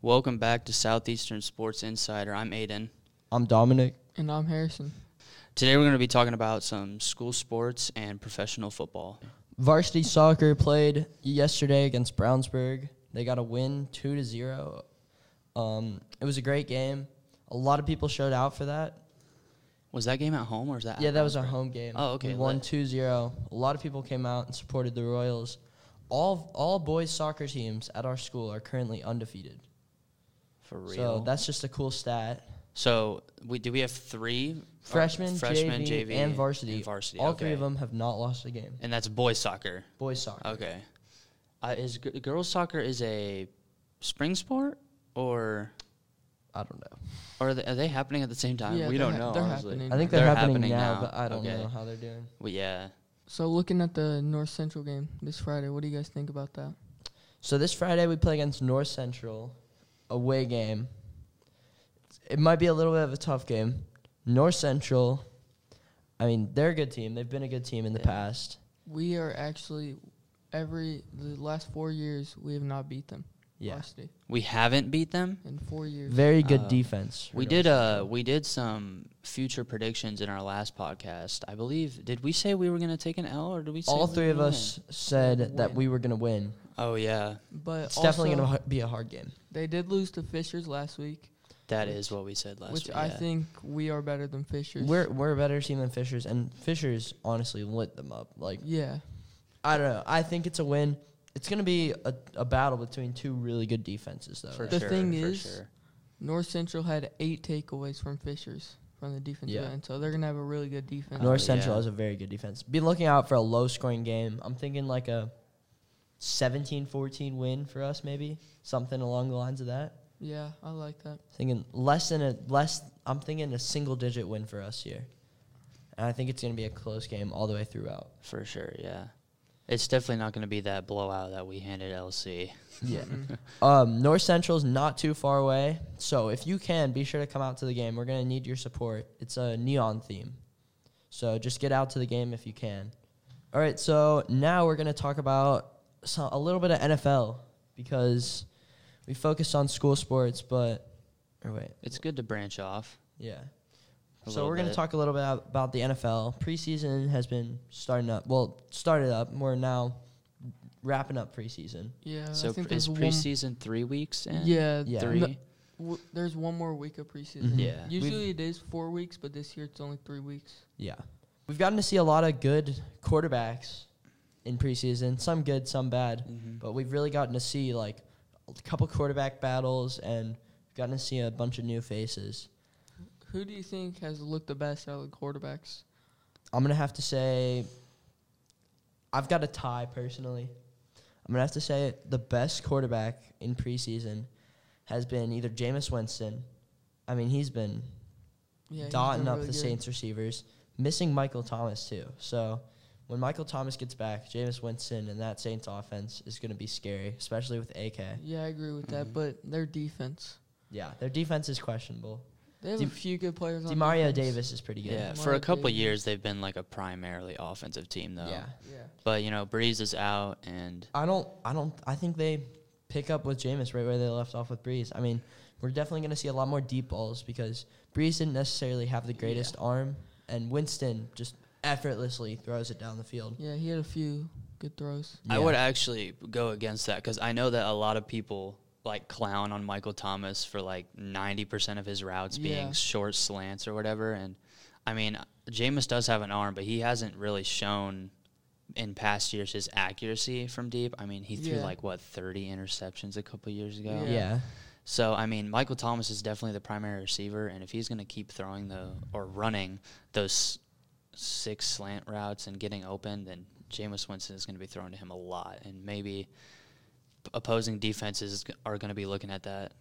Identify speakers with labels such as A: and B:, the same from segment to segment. A: Welcome back to Southeastern Sports Insider. I'm Aiden.
B: I'm Dominic.
C: And I'm Harrison.
A: Today we're going to be talking about some school sports and professional football.
B: Varsity soccer played yesterday against Brownsburg. They got a win, two to zero. Um, it was a great game. A lot of people showed out for that.
A: Was that game at home or was that?
B: Yeah,
A: at
B: that was
A: Brownsburg?
B: our home game.
A: Oh, okay,
B: We won
A: lit.
B: 2-0. A lot of people came out and supported the Royals. All all boys soccer teams at our school are currently undefeated.
A: For real. Oh,
B: So that's just a cool stat.
A: So we do we have three Oh,
B: Freshmen,
A: freshman,
B: JV,
A: JV,
B: and varsity.
A: and varsity,
B: All
A: okay.
B: three of them have not lost a game.
A: and that's boys soccer.
B: Boys soccer.
A: Okay. Uh, is g- girls soccer is a spring sport or
B: I don't know.
A: or are they, are they happening at the same time?
C: Yeah,
A: we
C: they're
A: don't
C: hap-
A: know.
C: they're
A: honestly.
C: happening.
B: I think they're, happening, now, but I don't
A: okay.
B: know how they're doing.
A: Well, yeah.
C: So looking at the North Central game this Friday, what do you guys think about that?
B: So this Friday we play against North Central, away game. It might be a little bit of a tough game. North Central, I mean, they're a good team. They've been a good team in the
A: Yeah.
B: past.
C: We are actually every the last four years we have not beat them.
B: Yeah,
C: Varsity,
A: We haven't beat them.
C: in four years.
B: very good
A: Uh,
B: defense.
A: We
B: for
A: did
B: North
A: uh
B: Central.
A: we did some future predictions in our last podcast. I believe did we say we were going to take an L or did we say
B: All
A: we
B: three
A: were
B: of
A: gonna
B: us said that
C: Win.
B: we were gonna win.
A: win? Oh yeah.
C: but
B: It's definitely
C: also
B: gonna ha- be a hard game.
C: they did lose to Fishers last week,
A: that is
C: Which-
A: what we said last
C: which
A: week.
C: I
A: yeah.
C: think we are better than Fishers.
B: We're we're a better team than Fishers, and Fishers honestly lit them up. Like
C: yeah,
B: I don't know. I think it's a win. It's gonna be a, a battle between two really good defenses, though.
A: for
B: right?
C: the
A: sure,
C: thing
A: for
C: is,
A: sure.
C: North Central had eight takeaways from Fishers from the defensive
B: Yeah.
C: end, so they're gonna have a really good defense.
B: North
A: Oh,
B: Central
A: yeah.
B: has a very good defense. Be looking out for a low scoring game. I'm thinking like a 17 14 win for us, maybe. Something along the lines of that.
C: yeah, I like that.
B: Thinking less than a less, I'm thinking a single digit win for us here. And I think it's going to be a close game all the way throughout.
A: for sure, yeah. It's definitely not going to be that blowout that we handed LC.
B: Yeah.
C: Mm-mm.
B: um, North Central's not too far away. So if you can, be sure to come out to the game. We're going to need your support. It's a neon theme. So just get out to the game if you can. All right, so now we're going to talk about so a little bit of NFL because we focused on school sports, but. Or wait,
A: It's good to branch off.
B: yeah.
A: a
B: So
A: little
B: we're going to
A: bit.
B: talk a little bit ab- about the NFL. Preseason has been starting up. Well, started up. We're now wrapping up preseason.
C: Yeah, I
A: So
C: think
A: pr- is
C: there's one-
A: preseason three weeks in?
C: Yeah,
B: Yeah.
A: Three?
C: No, w- there's one more week of preseason.
B: Mhm.
A: Yeah.
C: Usually it is four weeks, but this year it's only three weeks.
B: Yeah. We've gotten to see a lot of good quarterbacks in preseason, some good, some bad,
A: Mhm.
B: but we've really gotten to see like a couple quarterback battles and we've gotten to see a bunch of new faces.
C: Who do you think has looked the best out of the quarterbacks?
B: I'm going to have to say I've got a tie personally. I'm going to have to say the best quarterback in preseason has been either Jameis Winston. I mean, he's been
C: he's
B: dotting
C: been
B: up
C: really
B: the
C: good.
B: Saints receivers, missing Michael Thomas too. So when Michael Thomas gets back, Jameis Winston and that Saints offense is going to be scary, especially with AK.
C: Yeah, I agree with that,
A: Mhm.
C: but their defense.
B: Yeah, their defense is questionable.
C: They have
B: Dem-
C: a few good players on
B: Demario
C: defense.
B: Davis is pretty good.
A: Yeah,
C: Why
A: for a
C: would
A: couple
C: they-
A: years they've been like a primarily offensive team though.
B: Yeah.
C: Yeah.
A: But you know, Breeze is out and
B: I don't. I don't. I think they pick up with Jameis right where they left off with Breeze. I mean, we're definitely going to see a lot more deep balls because Breeze didn't necessarily have the greatest arm, and Winston just effortlessly throws it down the field.
C: Yeah, he had a few good throws.
A: I
B: Yeah.
A: would actually go against that because I know that a lot of people like clown on Michael Thomas for like ninety percent of his routes
C: Yeah.
A: being short slants or whatever. And I mean, Jameis does have an arm, but he hasn't really shown in past years his accuracy from deep. I mean, he threw
C: Yeah.
A: like what thirty interceptions a couple years ago.
C: Yeah.
B: yeah.
A: So I mean, Michael Thomas is definitely the primary receiver, and if he's going to keep throwing the or running those six slant routes and getting open, then Jameis Winston is going to be thrown to him a lot, and maybe p- opposing defenses g- are going to be looking at that.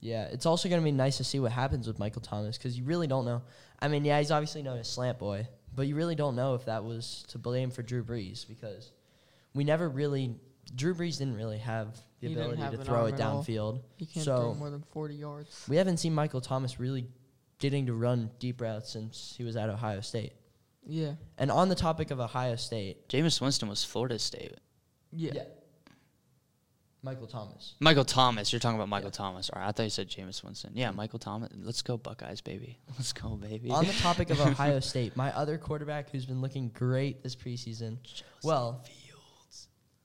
B: Yeah, it's also going to be nice to see what happens with Michael Thomas because you really don't know. I mean, yeah, he's obviously known as Slant Boy, but you really don't know if that was to blame for Drew Brees because we never really Drew Brees didn't really have the
C: He didn't
B: ability
C: have
B: to
C: an
B: throw
C: arm
B: it
C: at all.
B: downfield.
C: He can't
B: So-
C: throw more than 40 yards.
B: We haven't seen Michael Thomas really getting to run deep routes since he was at Ohio State.
C: Yeah.
B: And on the topic of Ohio State,
A: Jameis Winston was Florida State.
C: Yeah.
B: Michael Thomas.
A: Michael Thomas. You're talking about Michael Thomas. All right, I thought you said Jameis Winston. Yeah, Michael Thomas. Let's go Buckeyes, baby. Let's go, baby.
B: Mm-hmm. On the topic of Ohio State, my other quarterback who's been looking great this preseason. well,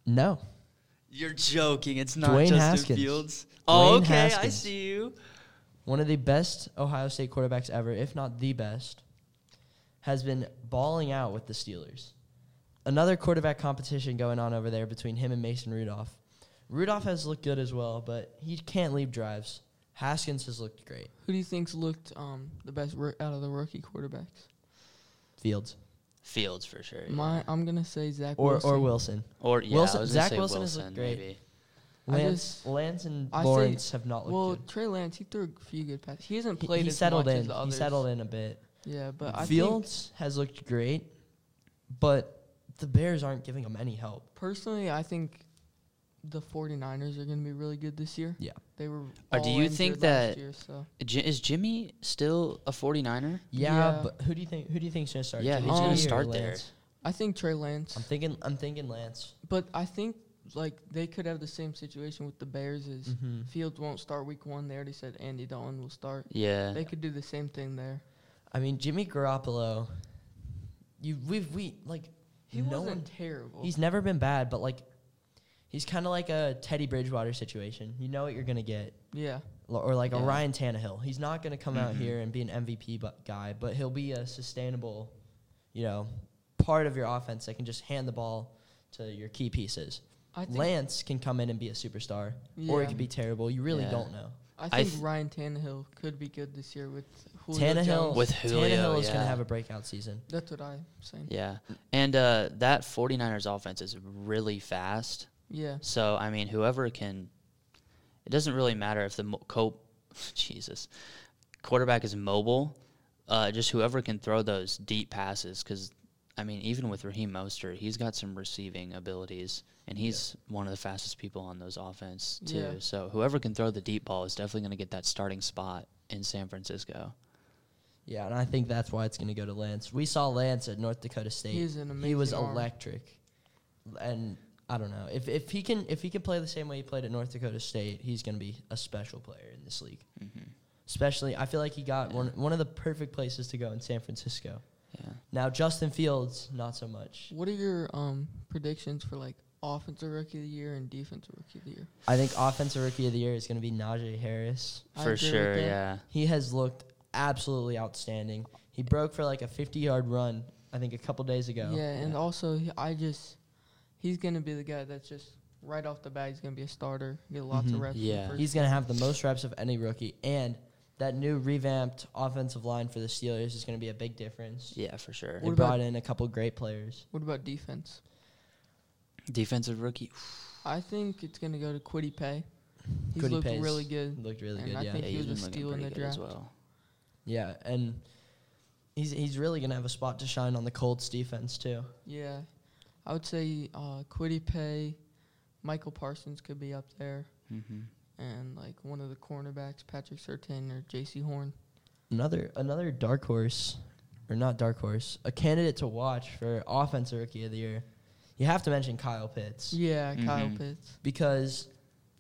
B: no,
A: You're joking. It's not
B: Dwayne
A: Justin
B: Haskins.
A: Fields. Oh,
B: Dwayne
A: okay. I
B: Haskins.
A: see you.
B: one of the best Ohio State quarterbacks ever, if not the best, has been balling out with the Steelers. Another quarterback competition going on over there between him and Mason Rudolph. Rudolph has looked good as well, but he can't leave drives. Haskins has looked great.
C: Who do you think's looked um, the best roo- out of the rookie quarterbacks?
B: Fields
A: Fields for sure. yeah.
C: My, I'm gonna say Zach
B: or
C: Wilson.
B: or Wilson.
A: or yeah,
B: Wilson-
A: I was gonna
B: Zach
A: say
B: Wilson has
A: Wilson
B: looked great.
A: Maybe.
C: I
B: Lance,
C: just-
B: Lance and
C: I say-
B: Lawrence have not looked
C: Well,
B: good.
C: Trey Lance, he threw a few good passes. He hasn't
B: He-
C: played
B: he,
C: as
B: settled
C: much
B: in.
C: as the
B: he
C: others.
B: settled in a bit.
C: Yeah, but I think
B: Fields has looked great, but the Bears aren't giving him any help.
C: personally, I think the 49ers are gonna be really good this year.
B: Yeah.
C: they were.
A: Or do
C: all
A: you
C: injured
A: think
C: last
A: that-
C: Year, so.
A: Ji- is Jimmy still a 49er?
B: Yeah,
C: Yeah.
B: but who do you think who do you think's gonna start?
A: Yeah,
B: Jimmy
C: who's
B: G
C: gonna
B: or
A: start there?
B: Lance?
C: I think Trey Lance,
B: I'm thinking I'm thinking Lance.
C: but I think like they could have the same situation with the Bears. Is
B: Mm-hmm.
C: Fields won't start week one. They already said Andy Dalton will start.
A: Yeah.
C: They could do the same thing there.
B: I mean Jimmy Garoppolo. You we've we like
C: He
B: no
C: wasn't
B: one.
C: terrible.
B: He's never been bad, but like he's kind of like a Teddy Bridgewater situation. You know what you're gonna get,
C: yeah,
B: L- or like
A: Yeah.
B: a Ryan Tannehill. He's not gonna come out
A: Mhm.
B: here and be an MVP bu- guy, but he'll be a sustainable, you know, part of your offense that can just hand the ball to your key pieces.
C: I think.
B: Lance can come in and be a superstar,
C: yeah,
B: or he could be terrible. You really
A: Yeah.
B: don't know.
C: I
A: I
C: think
A: th-
C: Ryan Tannehill could be good this year with Julio
B: Tannehill
C: Jones.
A: With Julio,
B: Tannehill is
A: yeah.
B: gonna have a breakout season.
C: That's what I'm saying.
A: yeah. And uh, that 49ers offense is really fast.
C: Yeah.
A: So I mean, whoever can, it doesn't really matter if the mo- co- Jesus quarterback is mobile. Uh, just whoever can throw those deep passes, because I mean, even with Raheem Mostert, he's got some receiving abilities, and he's one of the fastest people on those offense too.
C: Yeah.
A: So whoever can throw the deep ball is definitely going to get that starting spot in San Francisco.
B: Yeah, and I think that's why it's going to go to Lance. We saw Lance at North Dakota State.
C: He is an amazing
B: he was
C: arm.
B: electric, and I don't know if if he can if he can play the same way he played at North Dakota State, he's going to be a special player in this league.
C: Mm-hmm.
B: Especially, I feel like he got one one of the perfect places to go in San Francisco.
A: Yeah.
B: Now Justin Fields, not so much.
C: What are your um predictions for like offensive rookie of the year and defensive rookie of the year?
B: I think offensive rookie of the year is going to be Najee Harris.
C: I
A: For
C: agree with
A: sure,
C: that.
A: yeah.
B: He has looked absolutely outstanding. He broke for like a 50 yard run, I think, a couple days ago.
C: Yeah, and also he- I just he's gonna be the guy that's just right off the bat he's gonna be a starter, get lots
B: Mhm.
C: of reps. in the
A: Yeah.
C: first-
B: He's going to have the most reps of any rookie, and that new revamped offensive line for the Steelers is going to be a big difference.
A: Yeah, for sure.
B: They
C: What
B: brought in a couple great players.
C: what about defense?
A: Defensive rookie.
C: I think it's gonna go to Quiddy Pay. He's
B: Quiddy
C: looked
B: Pay's
C: really good.
B: Looked really
C: And
B: good,
C: I
B: yeah.
C: think
A: Yeah,
C: he
A: he's
C: was
A: been
C: a
A: looking
C: steal in
A: pretty
C: the
A: good as
C: draft.
A: well.
B: Yeah, and he's he's really going to have a spot to shine on the Colts defense too.
C: Yeah, I would say uh, Quiddy Pay, Michael Parsons could be up there,
A: hmm
C: Mm-hmm. and like one of the cornerbacks, Patrick Sertain or J.C. Horn.
B: Another another dark horse, or not dark horse, a candidate to watch for offensive rookie of the year. You have to mention Kyle Pitts.
C: Yeah, Kyle
A: Mhm.
C: Pitts.
B: because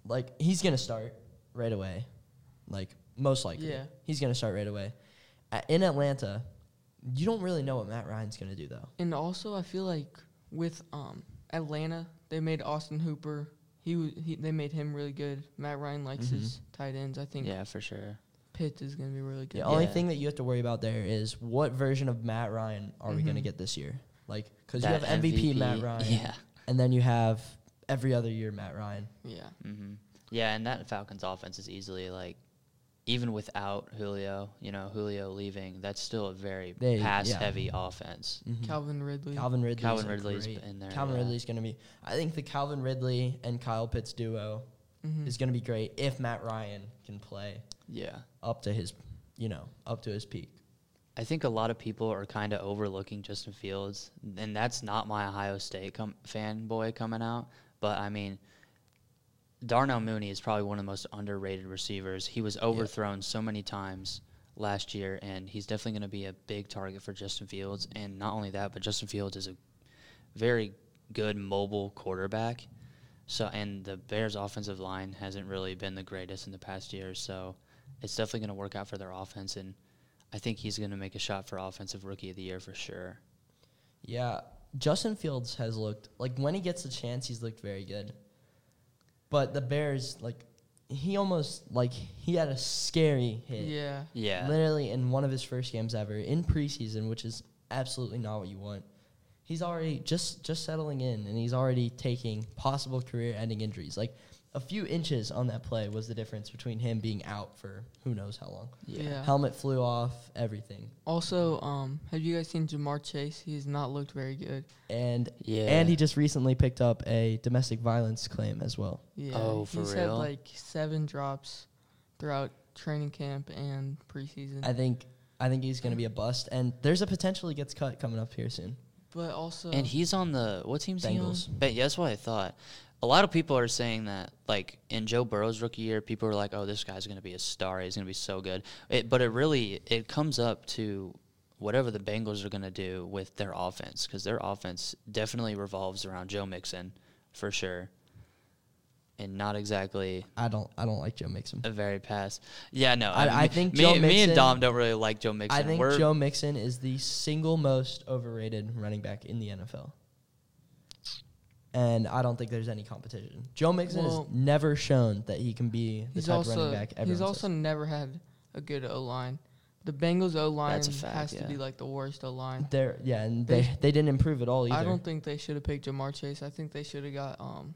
B: like he's gonna start right away, like most likely.
C: Yeah.
B: he's gonna start right away. A- in Atlanta, you don't really know what Matt Ryan's gonna do though.
C: And also, I feel like with um, Atlanta, they made Austin Hooper. He, wa he they made him really good. Matt Ryan likes
B: Mhm.
C: his tight ends. I think
A: Mm-hmm. Yeah, for sure.
C: Pitts is gonna be really
B: The
C: good.
B: only
A: Yeah.
B: thing that you have to worry about there is what version of Matt Ryan are we gonna
C: Mhm.
B: get this year? Like, because you
A: Mm-hmm. That
B: have MVP, Matt Ryan,
A: Yeah.
B: and then you have every other year Matt Ryan.
C: Yeah,
A: hmm Yeah, and that Falcons offense is easily like, even without Julio, you know, Julio leaving, that's still a very
B: They-
A: pass
B: yeah.
A: heavy offense.
B: Mm-hmm.
C: Calvin Ridley.
B: Calvin Ridley's
A: Mm-hmm. Calvin
B: a
A: Ridley's
B: great-
A: in there.
B: Calvin
A: yeah.
B: Ridley's gonna be. I think the Calvin Ridley and Kyle Pitts duo
A: Mm-hmm.
C: Mhm.
B: is gonna be great if Matt Ryan can play
A: Yeah.
B: up to his, you know, up to his peak.
A: I think a lot of people are kind of overlooking Justin Fields, and that's not my Ohio State com- fanboy coming out. But I mean, Darnell Mooney is probably one of the most underrated receivers. He was overthrown so many times last year, and he's definitely going to be a big target for Justin Fields. And not only that, but Justin Fields is a very good mobile quarterback. So and the Bears' offensive line hasn't really been the greatest in the past year, so it's definitely going to work out for their offense. And I think he's going to make a shot for offensive rookie of the year for sure.
B: Yeah, Justin Fields has looked like when he gets a chance, he's looked very good. But the Bears, like, he almost like he had a scary hit,
C: Yeah.
A: Yeah,
B: literally in one of his first games ever in preseason, which is absolutely not what you want. He's already just just settling in, and he's already taking possible career-ending injuries. Like a few inches on that play was the difference between him being out for who knows how long.
C: Yeah. Yeah.
B: helmet flew off, everything,
C: Also, um, have you guys seen Jamar Chase? He's not looked very good.
B: and
A: yeah,
B: And he just recently picked up a domestic violence claim as well.
C: Yeah.
A: Oh, for
C: he's had
A: real?
C: like seven drops throughout training camp and preseason.
B: I think I think he's going to be a bust, and there's a potential he gets cut coming up here soon.
C: but also,
A: and he's on the what team's
B: Bengals.
A: he on? Ba- yeah, that's what I thought. A lot of people are saying that, like in Joe Burrow's rookie year, people are like, "Oh, this guy's going to be a star. He's going to be so good." It, but it really it comes up to whatever the Bengals are going to do with their offense because their offense definitely revolves around Joe Mixon for sure, and not exactly
B: I don't I don't like Joe Mixon.
A: a very pass. Yeah, no,
B: I- I think
A: me,
B: Joe
A: me and
B: Mixon-
A: Dom don't really like Joe Mixon.
B: I think
A: We're-
B: Joe Mixon is the single most overrated running back in the NFL. And I don't think there's any competition. Joe Mixon
C: Well-
B: has never shown that he can be the
C: he's
B: type of
C: also
B: running back everyone
C: he's
B: says.
C: also never had a good O line. The Bengals O line
A: fact,
C: has to
A: yeah.
C: be like the worst O line.
B: They're, yeah, and
C: They
B: they,
C: sh-
B: they didn't improve at all either.
C: I don't think they should have picked Jamar Chase. I think they should have got um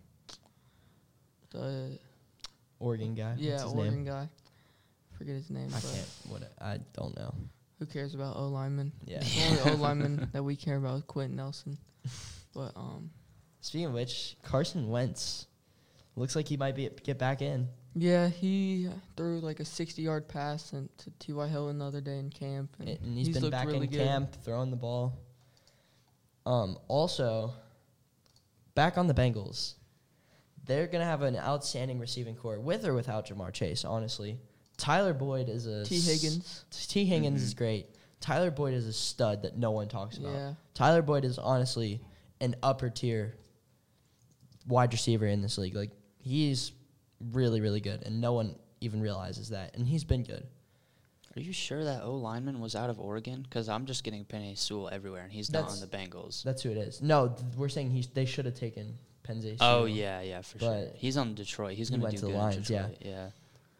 C: the
B: Oregon guy. what's
C: yeah
B: his
C: Oregon
B: name?
C: guy. Forget his name.
B: I
C: but
B: can't. What I don't know.
C: Who cares about O linemen?
B: Yeah.
C: The only O lineman that we care about is Quentin Nelson. But um,
B: Speaking of which, Carson Wentz looks like he might be get back in.
C: yeah, he threw like a 60-yard pass and to T.Y. Hill another day in camp, and,
B: And he's been
C: Mm-hmm. looked
B: back
C: really
B: in
C: good.
B: camp throwing the ball. Um, also, back on the Bengals, they're gonna have an outstanding receiving core with or without Jamar Chase. Honestly, Tyler Boyd is a
C: T.
B: s-
C: Higgins. Mm-hmm.
B: T. Higgins is
A: Mhm.
B: great. Tyler Boyd is a stud that no one talks about.
C: Yeah,
B: Tyler Boyd is honestly an upper tier wide receiver in this league. Like he's really, really good, and no one even realizes that. And he's been good.
A: Are you sure that O lineman was out of Oregon? Because I'm just getting Penny Sewell everywhere, and he's
B: That's-
A: not on the Bengals.
B: That's who it is. No, th- we're saying he's, they should have taken Penze.
A: Oh
B: Sewell.
A: yeah, yeah, for sure.
B: But
A: He's on Detroit. He's
B: he
A: going to
B: went
A: do
B: to the
A: good. in
B: Lions, yeah.
A: Detroit, yeah.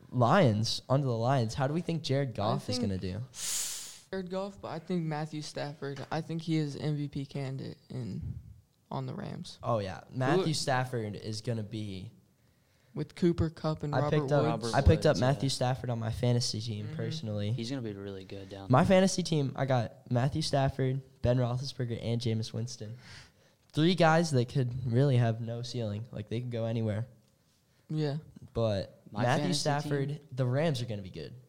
B: Lions onto the Lions. How do we think Jared Goff is
C: think-
B: going to do?
C: Jared Goff, but I think Matthew Stafford. I think he is MVP candidate in on the Rams
B: Oh yeah, Matthew Stafford is going to be.
C: with Cooper Cup and
B: I
C: Robert
B: picked up.
C: Woods.
B: I picked up
A: Woods, yeah.
B: Matthew Stafford on my fantasy team
C: Mhm.
B: personally.
A: He's going to be really good down
B: My fantasy team, I got Matthew Stafford, Ben Roethlisberger, and Jameis Winston. Three guys that could really have no ceiling. Like they could go anywhere.
C: yeah,
B: But
A: My
B: Matthew
A: fantasy
B: Stafford, the Rams are going to be good.
A: there.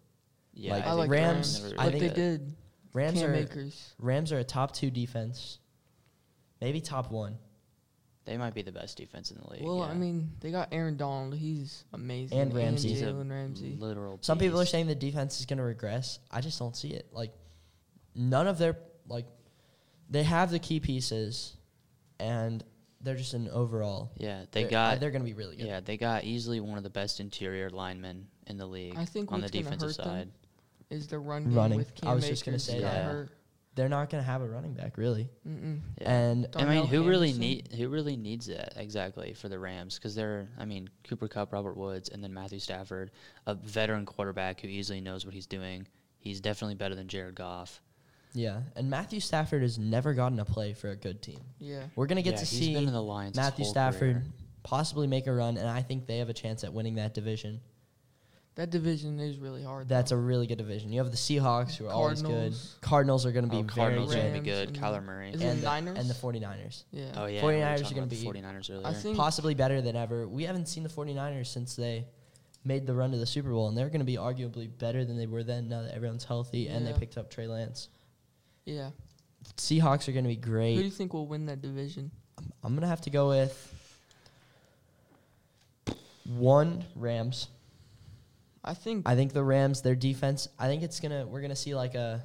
A: Yeah,
B: like,
A: I
C: I,
A: think
C: like
A: the
B: Rams,
A: Rams
C: Rams.
A: are
B: I
C: What
A: really
B: think
C: they
A: good.
C: did,
B: Rams
C: Cam
B: are
C: Akers.
B: Rams are a top two defense, maybe top one.
A: They might be the best defense in the league.
C: Well,
A: yeah.
C: I mean, they got Aaron Donald. He's amazing.
B: And Ramsey.
A: He's a
C: Jalen Ramsey.
A: literal.
B: Some people are
A: beast.
B: saying the defense is going to regress. I just don't see it. Like none of their like they have the key pieces, and they're just an overall.
A: Yeah, they
B: they're, uh,
A: got.
B: They're going to be really good.
A: yeah, they got easily one of the best interior linemen in the league
C: I think
A: on the
C: what's gonna
A: defensive
C: hurt them
A: side.
C: Is the run game
B: Running.
C: with Cam
B: I was just gonna
C: Akers
B: say
C: got
A: that.
C: hurt.
B: They're not going to have a running back really,
C: Mm-mm.
A: Yeah.
B: and
A: I mean,
C: Darnell
A: who really
C: Anderson.
A: need who really needs that exactly for the Rams? Because they're, I mean, Cooper Cup, Robert Woods, and then Matthew Stafford, a veteran quarterback who easily knows what he's doing. He's definitely better than Jared Goff.
B: yeah, and Matthew Stafford has never gotten a play for a good team.
C: Yeah.
B: We're going to get
A: Yeah,
B: to
A: he's
B: see
A: been in the Lions his
B: Matthew
A: whole
B: Stafford
A: career.
B: possibly make a run, and I think they have a chance at winning that division.
C: That division is really hard.
B: That's a really good division. You have the Seahawks, who are always
C: Cardinals.
B: good. Cardinals are going to be
A: Oh,
B: very
A: Cardinals are
B: good. Mm-hmm.
A: gonna be
C: Rams
A: good.
C: and-
A: Kyler Murray.
C: Is it
B: and
C: the Niners?
B: and the 49ers.
C: Yeah.
A: oh yeah,
B: 49ers are
A: we
B: gonna
A: going to
B: be-
A: be 49ers earlier.
C: I think
B: possibly better than ever. We haven't seen the 49ers since they made the run to the Super Bowl, and they're going to be arguably better than they were then now that everyone's healthy and they
C: Yeah.
B: picked up Trey Lance.
C: Yeah.
B: Seahawks are going to be
C: Who do you
B: great.
C: think will win that division?
B: I'm going to have to go with one Rams.
C: I think
B: I think the Rams, their defense, I think it's going to, we're going to see like a,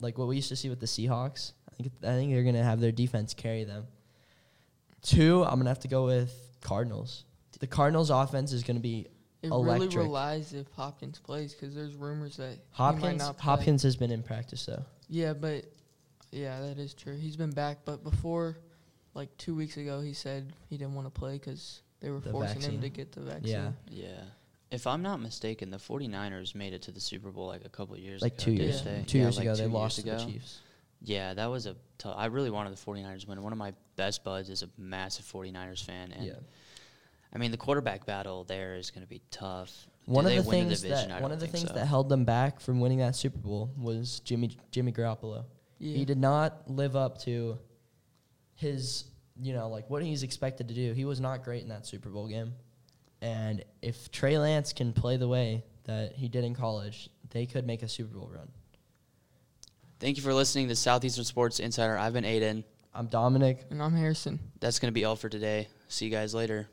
B: like what we used to see with the Seahawks. I think, I think they're going to have their defense carry them. Two, I'm going to have to go with Cardinals. The Cardinals' offense is going to be
C: It
B: Electric.
C: really relies if Hopkins plays because there's rumors that he might
B: Hopkins.
C: not play.
B: Hopkins has been in practice though.
C: Yeah, but yeah, that is true. He's been back, but before, like two weeks ago, he said he didn't want to play because they were
B: The
C: forcing him to
B: vaccine.
C: get the vaccine.
B: Yeah.
A: Yeah. If I'm not mistaken, the 49ers made it to the Super Bowl like a couple of years
B: Like
A: ago.
B: two
A: didn't
B: years,
C: Yeah.
A: they?
B: two
A: Yeah,
B: years
A: like
B: ago,
A: two
B: they
A: years
B: lost to
A: ago.
B: the Chiefs.
A: Yeah, that was a tou- I really wanted the 49ers to win. One of my best buds is a massive 49ers fan. And
B: Yeah.
A: I mean, the quarterback battle there is going to be tough. Do
B: One of
A: they
B: the
A: win
B: things
A: division? I
B: that one
A: don't
B: of the
A: think
B: things
A: so.
B: that held them back from winning that Super Bowl was Jimmy Jimmy Garoppolo.
C: Yeah.
B: He did not live up to his, you know, like what he's expected to do. He was not great in that Super Bowl game. And if Trey Lance can play the way that he did in college, they could make a Super Bowl run.
A: Thank you for listening to Southeastern Sports Insider. I've been Aiden.
B: I'm Dominic.
C: And I'm Harrison.
A: That's going to be all for today. See you guys later.